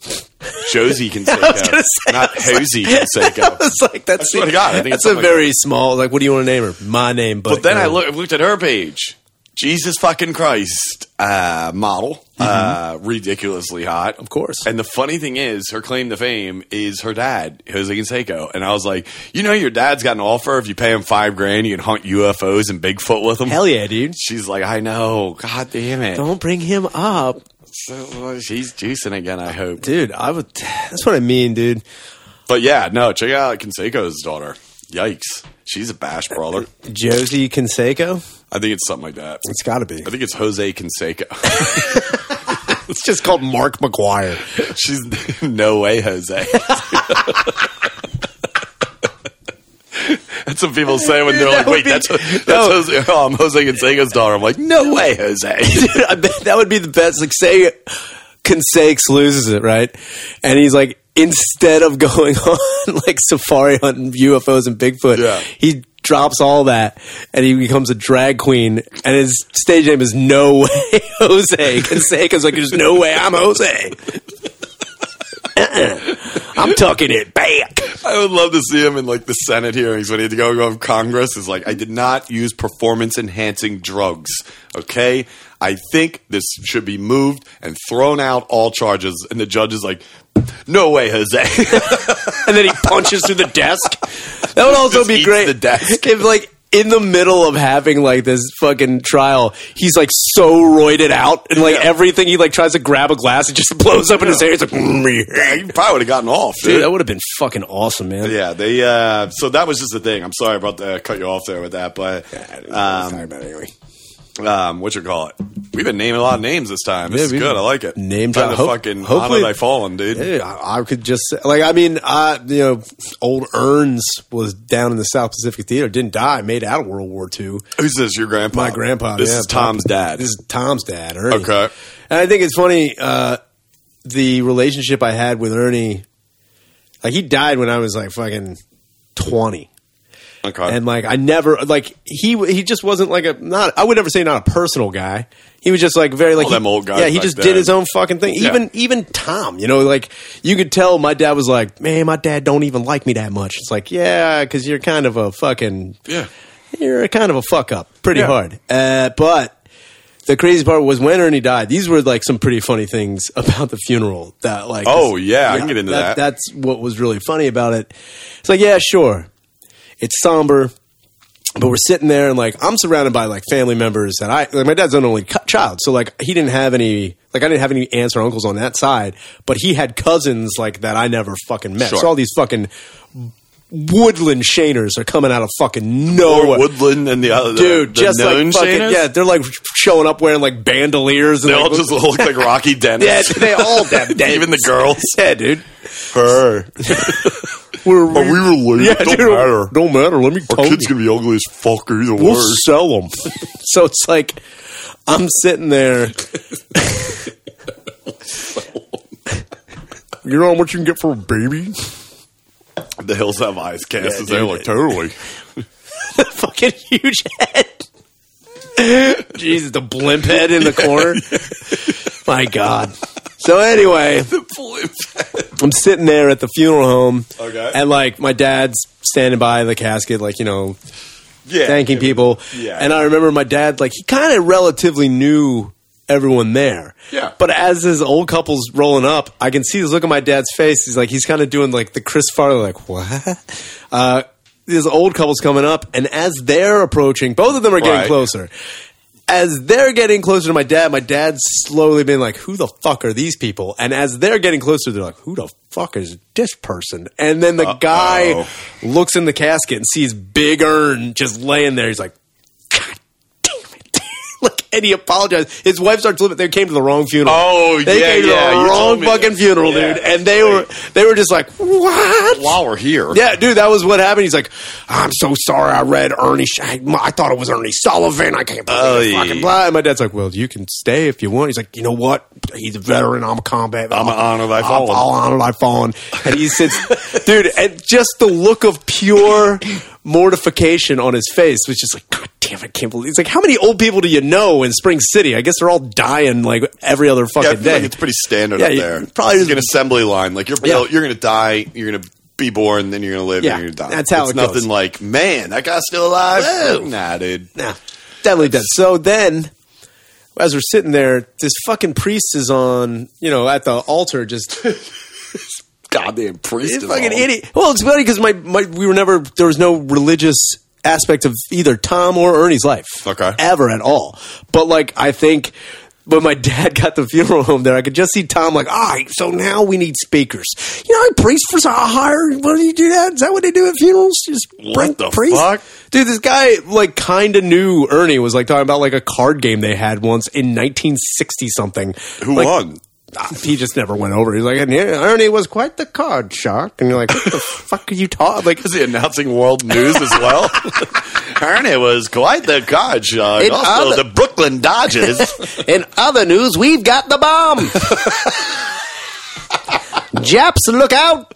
Josie can say gonna say, not Josie can say It's like that's swear to God, I think it's that's a something like very small. Like, what do you want to name her? My name, but, But then I um, look, looked at her page. Jesus fucking Christ, uh, model, uh, ridiculously hot, Mm-hmm. of course. And the funny thing is, her claim to fame is her dad, Jose Canseco. And I was like, you know, your dad's got an offer. If you pay him five grand, you can hunt UFOs and Bigfoot with him. Hell yeah, dude. She's like, I know. God damn it. Don't bring him up. So, uh, She's juicing again, I hope. Dude, I would that's what I mean, dude. But yeah, no, check out Conseco's daughter. Yikes. She's a bash brawler. Josie Canseco? I think it's something like that. It's gotta be. I think it's Jose Canseco. It's just called Mark McGuire. She's no way Jose. that's what people say when they're like, would wait, be- that's, that's no. Jose. Oh, I'm Jose Canseco's daughter. I'm like, no way, Jose. Dude, I bet that would be the best. Like say Canseco loses it, right? And he's like, instead of going on like safari hunting UFOs and Bigfoot, Yeah. he drops all that and he becomes a drag queen and his stage name is No Way Jose. Canseco's like, there's no way I'm Jose. Uh-uh. I'm tucking it back. I would love to see him in like the Senate hearings when he had to go go to Congress. Is like, I did not use performance enhancing drugs. Okay, I think this should be moved and thrown out all charges. And the judge is like, No way, Jose. and then he punches through the desk. That would also Just be eats great. the desk. If like in the middle of having like this fucking trial, he's like so roided out, and like Yeah. everything he like tries to grab a glass, it just blows up in his hair. It's like, "Mm, yeah, you probably would have gotten off, dude, dude. that would have been fucking awesome, man. yeah, they. Uh, so that was just the thing. I'm sorry about the cut you off there with that, but I don't know. um, Sorry about it anyway. um, what you call it? We've been naming a lot of names this time. This Yeah, is we- good. I like it. Name Time drop. to Hope- fucking hopefully- honor thy fallen, dude. Dude, I, I could just say, like I mean, I you know, old Earns was down in the South Pacific Theater, didn't die, made out of World War II. Who's this? Your grandpa? My grandpa. This yeah, is Tom's Pop- dad. This is Tom's dad, Ernie. Okay. And I think it's funny uh, the relationship I had with Ernie. Like he died when I was like fucking twenty, okay. and like I never like he he just wasn't like a not I would never say not a personal guy. He was just like very like All he- them old guys Yeah, he back just then. did his own fucking thing. Yeah. Even even Tom, you know, like you could tell my dad was like, man, my dad don't even like me that much. It's like, yeah, because you're kind of a fucking yeah. you're kind of a fuck up pretty Yeah. hard. Uh, but the crazy part was when Ernie died. These were like some pretty funny things about the funeral. That like, Oh, yeah, I can get into that. That's what was really funny about it. It's like, yeah, sure, it's somber, but we're sitting there and like I'm surrounded by like family members that I like. My dad's an only cu- child, so like he didn't have any like I didn't have any aunts or uncles on that side, but he had cousins like that I never fucking met. Sure. So all these fucking woodland shaners are coming out of fucking nowhere. Or Woodland and the other Dude, the just like known fucking Shanas? yeah, they're like showing up wearing like bandoliers and They all like, just look like Rocky Dennis. yeah, they all dead, Even the girls. yeah, dude. Her. We're, Are we related? yeah, Don't dude, matter. Don't matter. Let me Our tell kid's you, gonna be ugly as fuck or even we'll worse. sell them. so it's like I'm sitting there. you know how much you can get for a baby? The hills have eyes cast as Yeah, they're dude. like totally. fucking huge head. Jesus, the blimp head in the corner. My God. So anyway, I'm sitting there at the funeral home, Okay. and like my dad's standing by the casket, like you know, yeah. thanking people. yeah. And I remember my dad, like, he kind of relatively knew everyone there. Yeah. But as this old couple's rolling up, I can see this look on my dad's face. He's like, he's kind of doing like the Chris Farley, like, what? Uh, this old couple's coming up, and as they're approaching, both of them are getting Right. closer. As they're getting closer to my dad, my dad's slowly being like, "Who the fuck are these people?" And as they're getting closer, they're like, "Who the fuck is this person?" And then the guy Uh-oh. looks in the casket and sees Big Earn just laying there. He's like, God damn it. like, and he apologized. His wife starts living. They came to the wrong funeral. Oh, They yeah, came to yeah, the you told wrong me fucking this. funeral, Yeah. dude. And they were they were just like, what? While we're here. Yeah, dude, that was what happened. He's like, I'm so sorry. I read Ernie. Sh- I, I thought it was Ernie Sullivan. I can't believe Oh, it. yeah. fucking blah. And my dad's like, Well, you can stay if you want. He's like, You know what? He's a veteran. I'm a combat. I'm an honor thy fallen. I'll honor thy fallen. And he sits, dude, and just the look of pure mortification on his face, which is like, God damn, I can't believe. It's like, how many old people do you know in Spring City? I guess they're all dying like every other Yeah, I fucking feel day. like it's pretty standard Yeah, up you- there. probably it's just- an assembly line. Like you're Yeah. you're gonna die, you're gonna be born, then you're gonna live, Yeah, and you're gonna die. that's how it's it goes. nothing like, man, that guy's still alive. Whoa. Nah, dude. Nah, definitely dead. So then, as we're sitting there, this fucking priest is on, you know, at the altar, just Goddamn priest. He's a fucking idiot. Well, it's funny because my, my we were never there was no religious aspect of either Tom or Ernie's life, Okay. ever at all. But like, I think. But my dad got the funeral home there. I could just see Tom like, all right, so now we need speakers. You know, like priests for a hire. What do you do that? Is that what they do at funerals? Just bring the priests? fuck? Dude, this guy like kind of knew Ernie was like talking about like a card game they had once in 1960 something. Who Like, won? Ah, he just never went over. He's like, and yeah, Ernie was quite the card shark. And you're like, what the fuck are you talking? Like, Is he announcing world news as well? Ernie was quite the god shark. It also, other- the Brooklyn Dodgers. in other news, we've got the bomb. Japs, look out!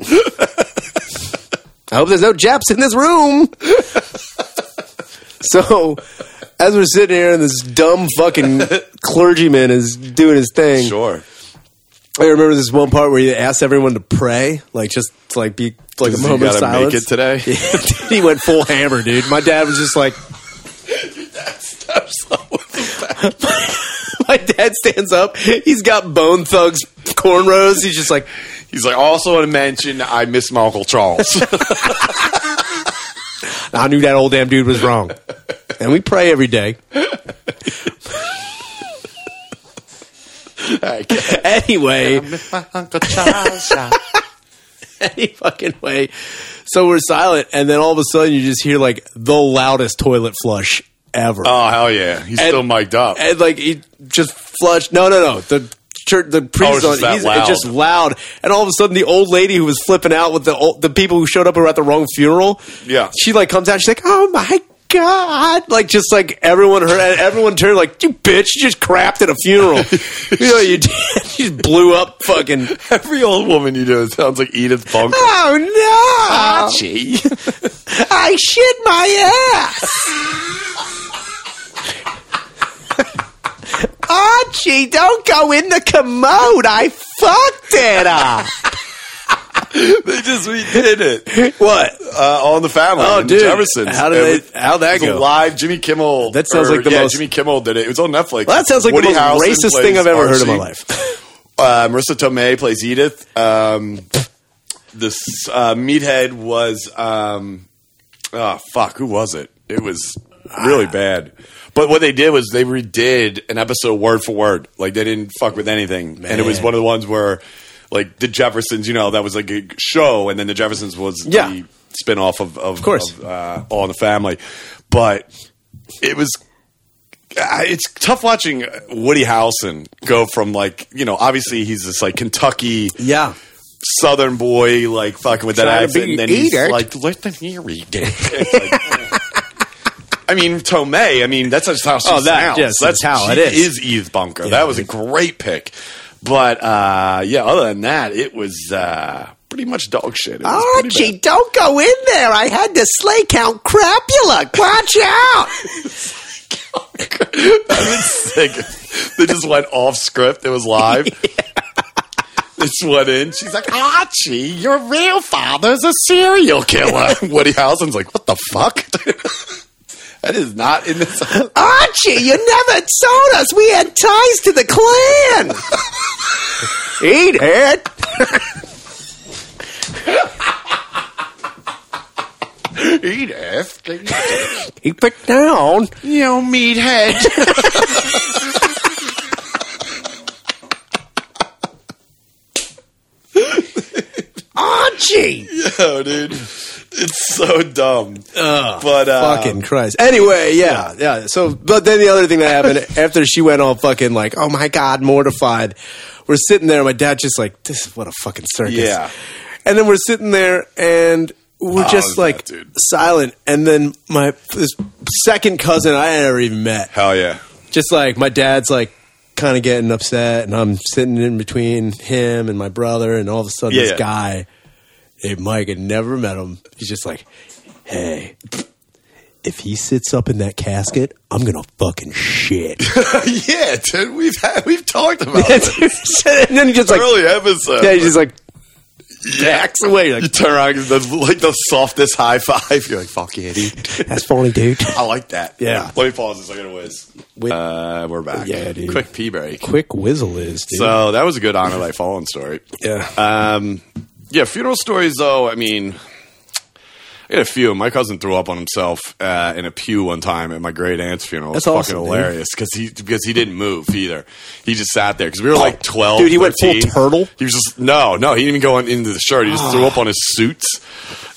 I hope there's no Japs in this room. so, as we're sitting here, and this dumb fucking clergyman is doing his thing. sure. I remember this one part where he asked everyone to pray, like just to, like be like a Does he moment of gotta silence. make it today? he went full hammer, dude. My dad was just like, my dad stands up. He's got bone thugs cornrows. He's just like, He's like, also want to mention I miss my Uncle Charles. I knew that old damn dude was wrong. And we pray every day. Anyway, Uncle Charles. uh, any fucking way. So we're silent, and then all of a sudden you just hear like the loudest toilet flush ever. Oh hell yeah, he's And- still mic'd up. and like he just flushed. No, no, no. The church, the priest, it's on, Oh, just that he's loud. it's just loud. And all of a sudden, the old lady who was flipping out with the old, the people who showed up who were at the wrong funeral. Yeah. she like comes out. She's like, "Oh my god!" Like just like everyone heard, and everyone turned like, "You bitch! You just crapped at a funeral. you know you did. You just blew up fucking." Every old woman you know sounds like Edith Bunker. Oh no! Gee. I shit my ass. Archie, don't go in the commode. I fucked it up. they just redid it What? uh, on the family. Oh, in dude. Jeffersons. How did It they- how'd that it was a go? Live Jimmy Kimmel. That sounds like the yeah, most- Jimmy Kimmel did it. It was on Netflix. Well, that sounds like Woody the most Harrelson racist plays thing I've ever heard in my Archie. life. Uh, Marissa Tomei plays Edith. Um, this uh, meathead was. Um, oh fuck, who was it? It was really Ah. bad. But what they did was they redid an episode word for word. Like they didn't fuck with anything, and it was Man. one of the ones where, like the Jeffersons, you know, that was like a show, and then the Jeffersons was Yeah. the spinoff of of, of course. uh, All in the Family. But it was I- it's tough watching Woody Harrelson go from like you know obviously he's this like Kentucky Yeah. Southern boy like fucking with that Trying to accent be and then he's Edith. like listen here Edith. It's like, I mean Tomei I mean that's just how she Oh, that- sounds yes, that's that's how it she is. is Edith Bunker that was a great pick but uh, yeah other than that it was uh, pretty much dog shit It was pretty bad. Archie, don't go in there. I had the sleigh count crapula. Watch out. sick. They just went off script. It was live. This went in. She's like, Archie, your real father's a serial killer. Woody Harrelson's like, what the fuck? that is not in this. Archie, you never told us we had ties to the clan. Eat it. Edith. He put down. You know, meathead. Archie. Yo, dude. It's so dumb. but, uh. Fucking Christ. Anyway, yeah, yeah. So, but then the other thing that happened after she went all fucking like, oh my God, mortified, we're sitting there. My dad's just like, this is what a fucking circus. Yeah. And then we're sitting there and we're Oh, just that like dude. silent. And then my this second cousin I had never even met, Hell yeah. just like my dad's like kind of getting upset and I'm sitting in between him and my brother and all of a sudden Yeah, this yeah. guy hey, Mike had never met him he's just like hey if he sits up in that casket I'm gonna fucking shit yeah, dude. We've had, we've talked about and this. then he just like Early episode. yeah he's just like backs away You like turn around, and the, like the softest high five. You're like, fuck yeah, dude. that's funny dude I like that. Yeah. Let me pause this. I gotta whiz. Whi- Uh, we're back. Yeah, dude. Quick pee break. quick whizzle is dude So that was a good honor life fallen story. yeah Um, yeah, funeral stories though. I mean, I got a few. My cousin threw up on himself uh, in a pew one time at my great aunt's funeral. That's it was awesome, fucking dude. hilarious because he because he didn't move either. He just sat there because we were like twelve. Oh, Dude, he went full 13. turtle? He was just no, no. He didn't even go on into the shirt. He just threw up on his suits.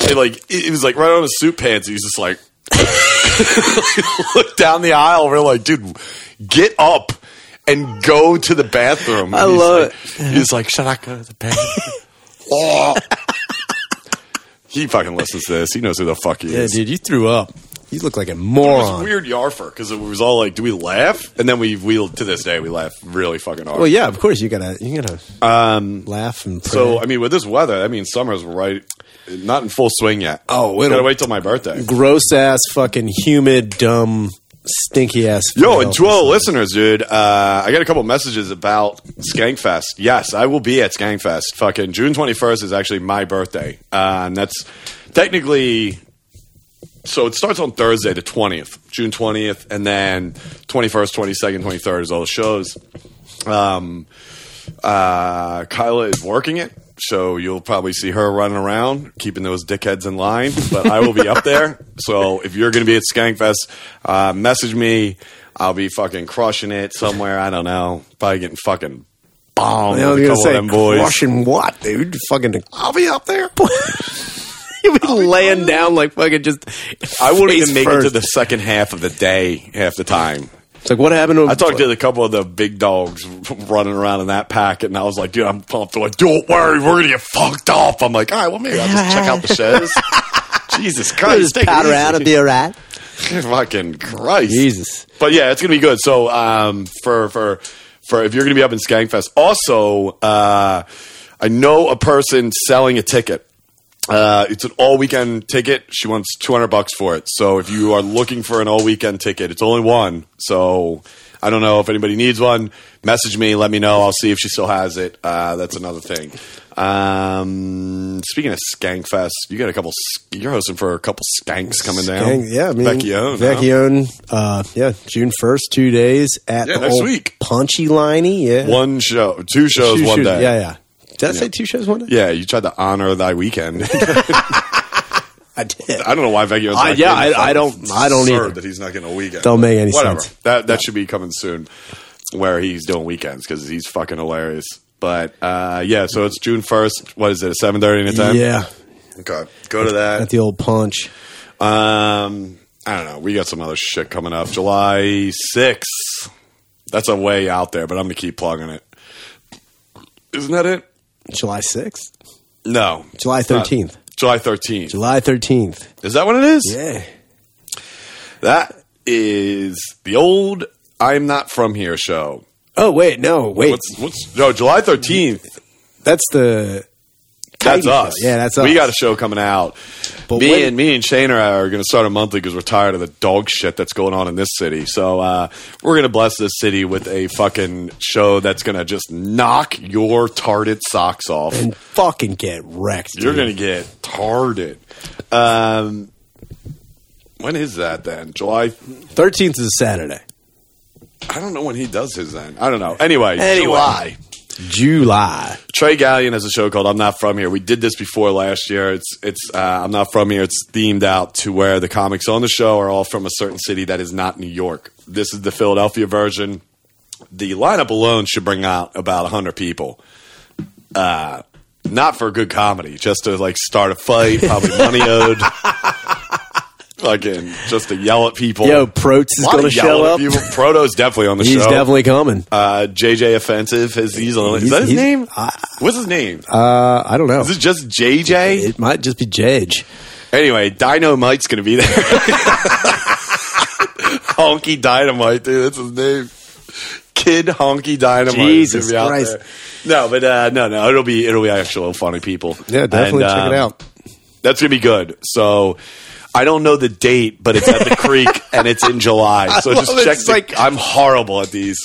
And like it, it was like right on his suit pants. He was just like looked down the aisle. We're like, dude, get up. And go to the bathroom. I And he's love like- He's like, should I go to the bathroom? he fucking listens to this. He knows who the fuck he yeah is. dude you threw up you look like a It was moron weird yarfer because it was all like, do we laugh? And then we, we to this day, we laugh really fucking hard. well yeah of course you gotta you gotta um laugh and So, I mean, with this weather, I mean, summer's right, not in full swing yet. Oh, it'll- Gotta wait till my birthday. gross ass, fucking humid, dumb, stinky ass. Yo, and Philadelphia to all song. listeners, dude, uh, I got a couple messages about Skankfest. Yes, I will be at Skankfest. Fucking June 21st is actually my birthday. Uh, and that's technically. So it starts on Thursday, the 20th, June 20th, and then 21st, 22nd, 23rd is all the shows. Um, uh, Kyla is working it, so you'll probably see her running around, keeping those dickheads in line. But I will be up there. So if you're going to be at Skankfest, uh, message me. I'll be fucking crushing it somewhere. I don't know. Probably getting fucking bombed. I was with gonna a couple of say, them boys. crushing what, dude? Fucking, I'll be up there. You'll be laying down like fucking just. I wouldn't face even make first. it to the second half of the day half the time. It's like what happened to? I talked to a couple of the big dogs running around in that packet, and I was like, dude, I'm pumped. They're like, don't worry, we're going to get fucked up. I'm like, all right, well, maybe I'll just check out the shows. Jesus Christ. take it easy. all right. Fucking Christ. Jesus. But yeah, it's going to be good. So um, for, for, for if you're going to be up in Skankfest, also, uh, I know a person selling a ticket. Uh, it's an all weekend ticket. She wants 200 bucks for it. So if you are looking for an all weekend ticket, it's only one. So I don't know if anybody needs one. Message me, let me know. I'll see if she still has it. Uh, that's another thing. Um, speaking of Skankfest, you got a couple. sk- You're hosting for a couple skanks coming down. Dang, yeah, I mean, Vecchione, huh? Vecchione, uh, yeah, June first, two days at Yeah, the next old week. Punchy Liney, yeah, One show, two shows, Two one shows- day. yeah, yeah. Did I say two shows one day? Yeah, you tried to honor thy weekend. I I did. don't know why Vecchio's Uh, not yeah, getting I- it. I don't- I don't Absurd either. that he's not getting a weekend. Don't make any Whatever. sense. That that should be coming soon, where he's doing weekends because he's fucking hilarious. But uh, yeah, so it's June first. What is it? Seven thirty in time. yeah, Okay. Go to at that. the old Punch. Um, I don't know. We got some other shit coming up. July sixth. That's a way out there, but I'm gonna keep plugging it. Isn't that it? July 6th? No. July It's not. 13th. July 13th. July 13th. Is that what it is? Yeah. That is the old I'm Not From Here show. Oh, wait, no, wait. What's what's no July thirteenth? that's the. Titan That's show. us. Yeah, that's We us. got a show coming out. But me when- and me and Shane are, are going to start a monthly because we're tired of the dog shit that's going on in this city. So uh, we're going to bless this city with a fucking show that's going to just knock your tarted socks off. And fucking get wrecked. You're dude. going to get tarted. Um, when is that then? July 13th is a Saturday. I don't know when he does his then. I don't know. Anyway, Anyway. July. July. Trey Gallion has a show called "I'm Not From Here." We did this before last year. It's it's uh, "I'm Not From Here." It's themed out to where the comics on the show are all from a certain city that is not New York. This is the Philadelphia version. The lineup alone should bring out about hundred people. Uh, not for good comedy, just to like start a fight, probably money owed. Fucking just to yell at people. Yo, Protes is A lot of going to show yelling up. at people. Proto's definitely on the He's show. definitely coming. Uh, JJ Offensive. Is, he's on, is He's- that his he's- name? I- What's his name? Uh, I don't know. is it just JJ? It might just be Jage. anyway, Dino Mike's going to be there. Honky Dynamite, dude. That's his name. Kid Honky Dynamite. is gonna Jesus be out Christ. there. No, but uh, no, no. It'll be it'll be actual funny people. Yeah, definitely And, check it um, out. That's gonna be good. So I don't know the date, but it's at the creek and it's in July. So love just it. check. It's the- like- I'm horrible at these.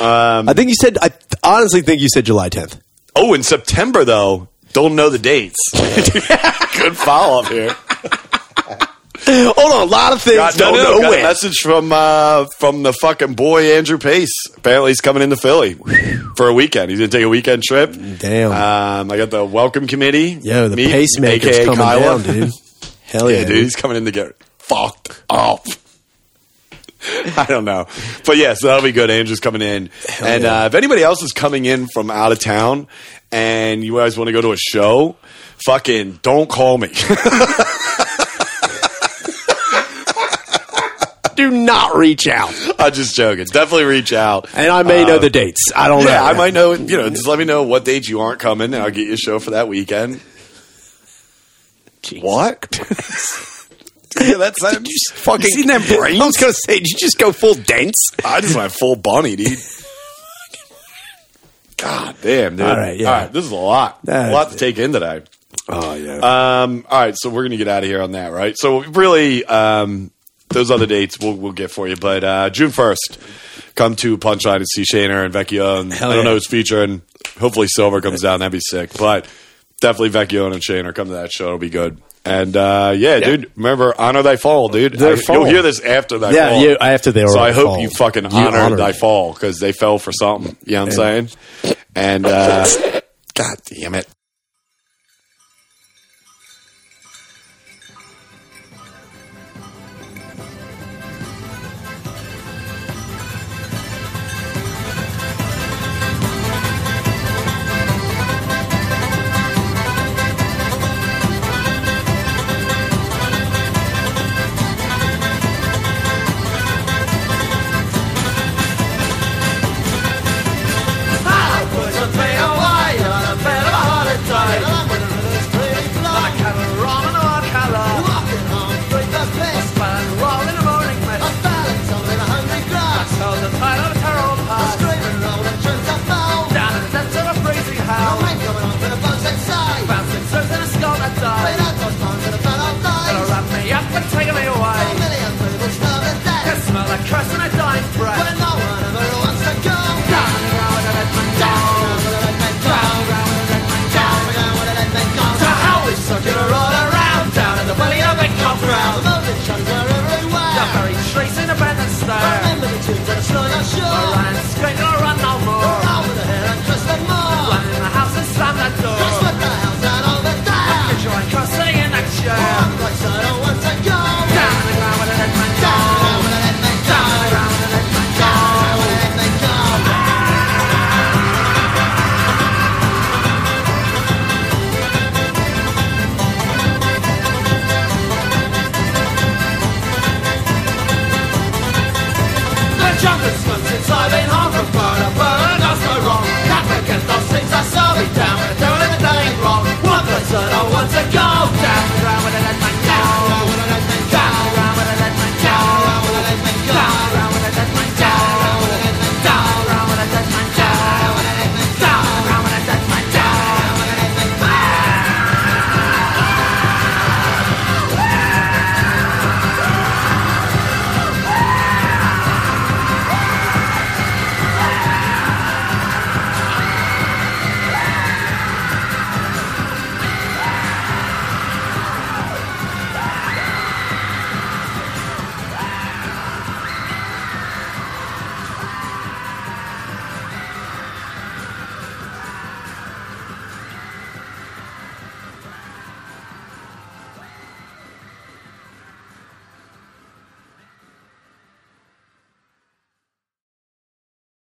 um, I think you said, I th- honestly think you said July 10th. Oh, in September though, don't know the dates. Good follow up here. Hold on, a lot of things Got, no, no, got a message from uh, from the fucking boy Andrew Pace. Apparently, he's coming into Philly for a weekend. He's gonna take a weekend trip. Damn. Um, I got the welcome committee. Yo, the Me, pacemaker's aka coming down, Kyla. dude. Hell Yeah, yeah, dude, he's coming in to get fucked up. I don't know, but yeah, so that'll be good. Andrew's coming in, and yeah. uh, if anybody else is coming in from out of town, and you guys want to go to a show, fucking don't call me. Do not reach out. I'm just joking. Definitely reach out. And I may know the dates. I don't know. Yeah, I might know. You know, just let me know what date you aren't coming, and I'll get you a show for that weekend. What? yeah, that's that fucking. seen that brain? I was going to say, did you just go full dense? I just went full bunny, dude. God damn, dude. All right, yeah. All right, this is a lot. That- a lot to take in today. Oh, yeah. Um, all right, so we're gonna get out of here on that, right? So really, um, those other dates we'll we'll get for you, but uh, June first, come to Punchline and see Shaner and Vecchio. And Hell I don't yeah. know who's featuring. Hopefully, Silver comes down. That'd be sick. But definitely Vecchio and Shaner come to that show. It'll be good. And uh, yeah, dude, remember honor thy fall, dude. Their I- fall. You'll hear this after thy Yeah, fall. you- after they So already I hope fall. you fucking You honor honored thy it. fall because they fell for something. You know what I'm saying? And uh, God damn it.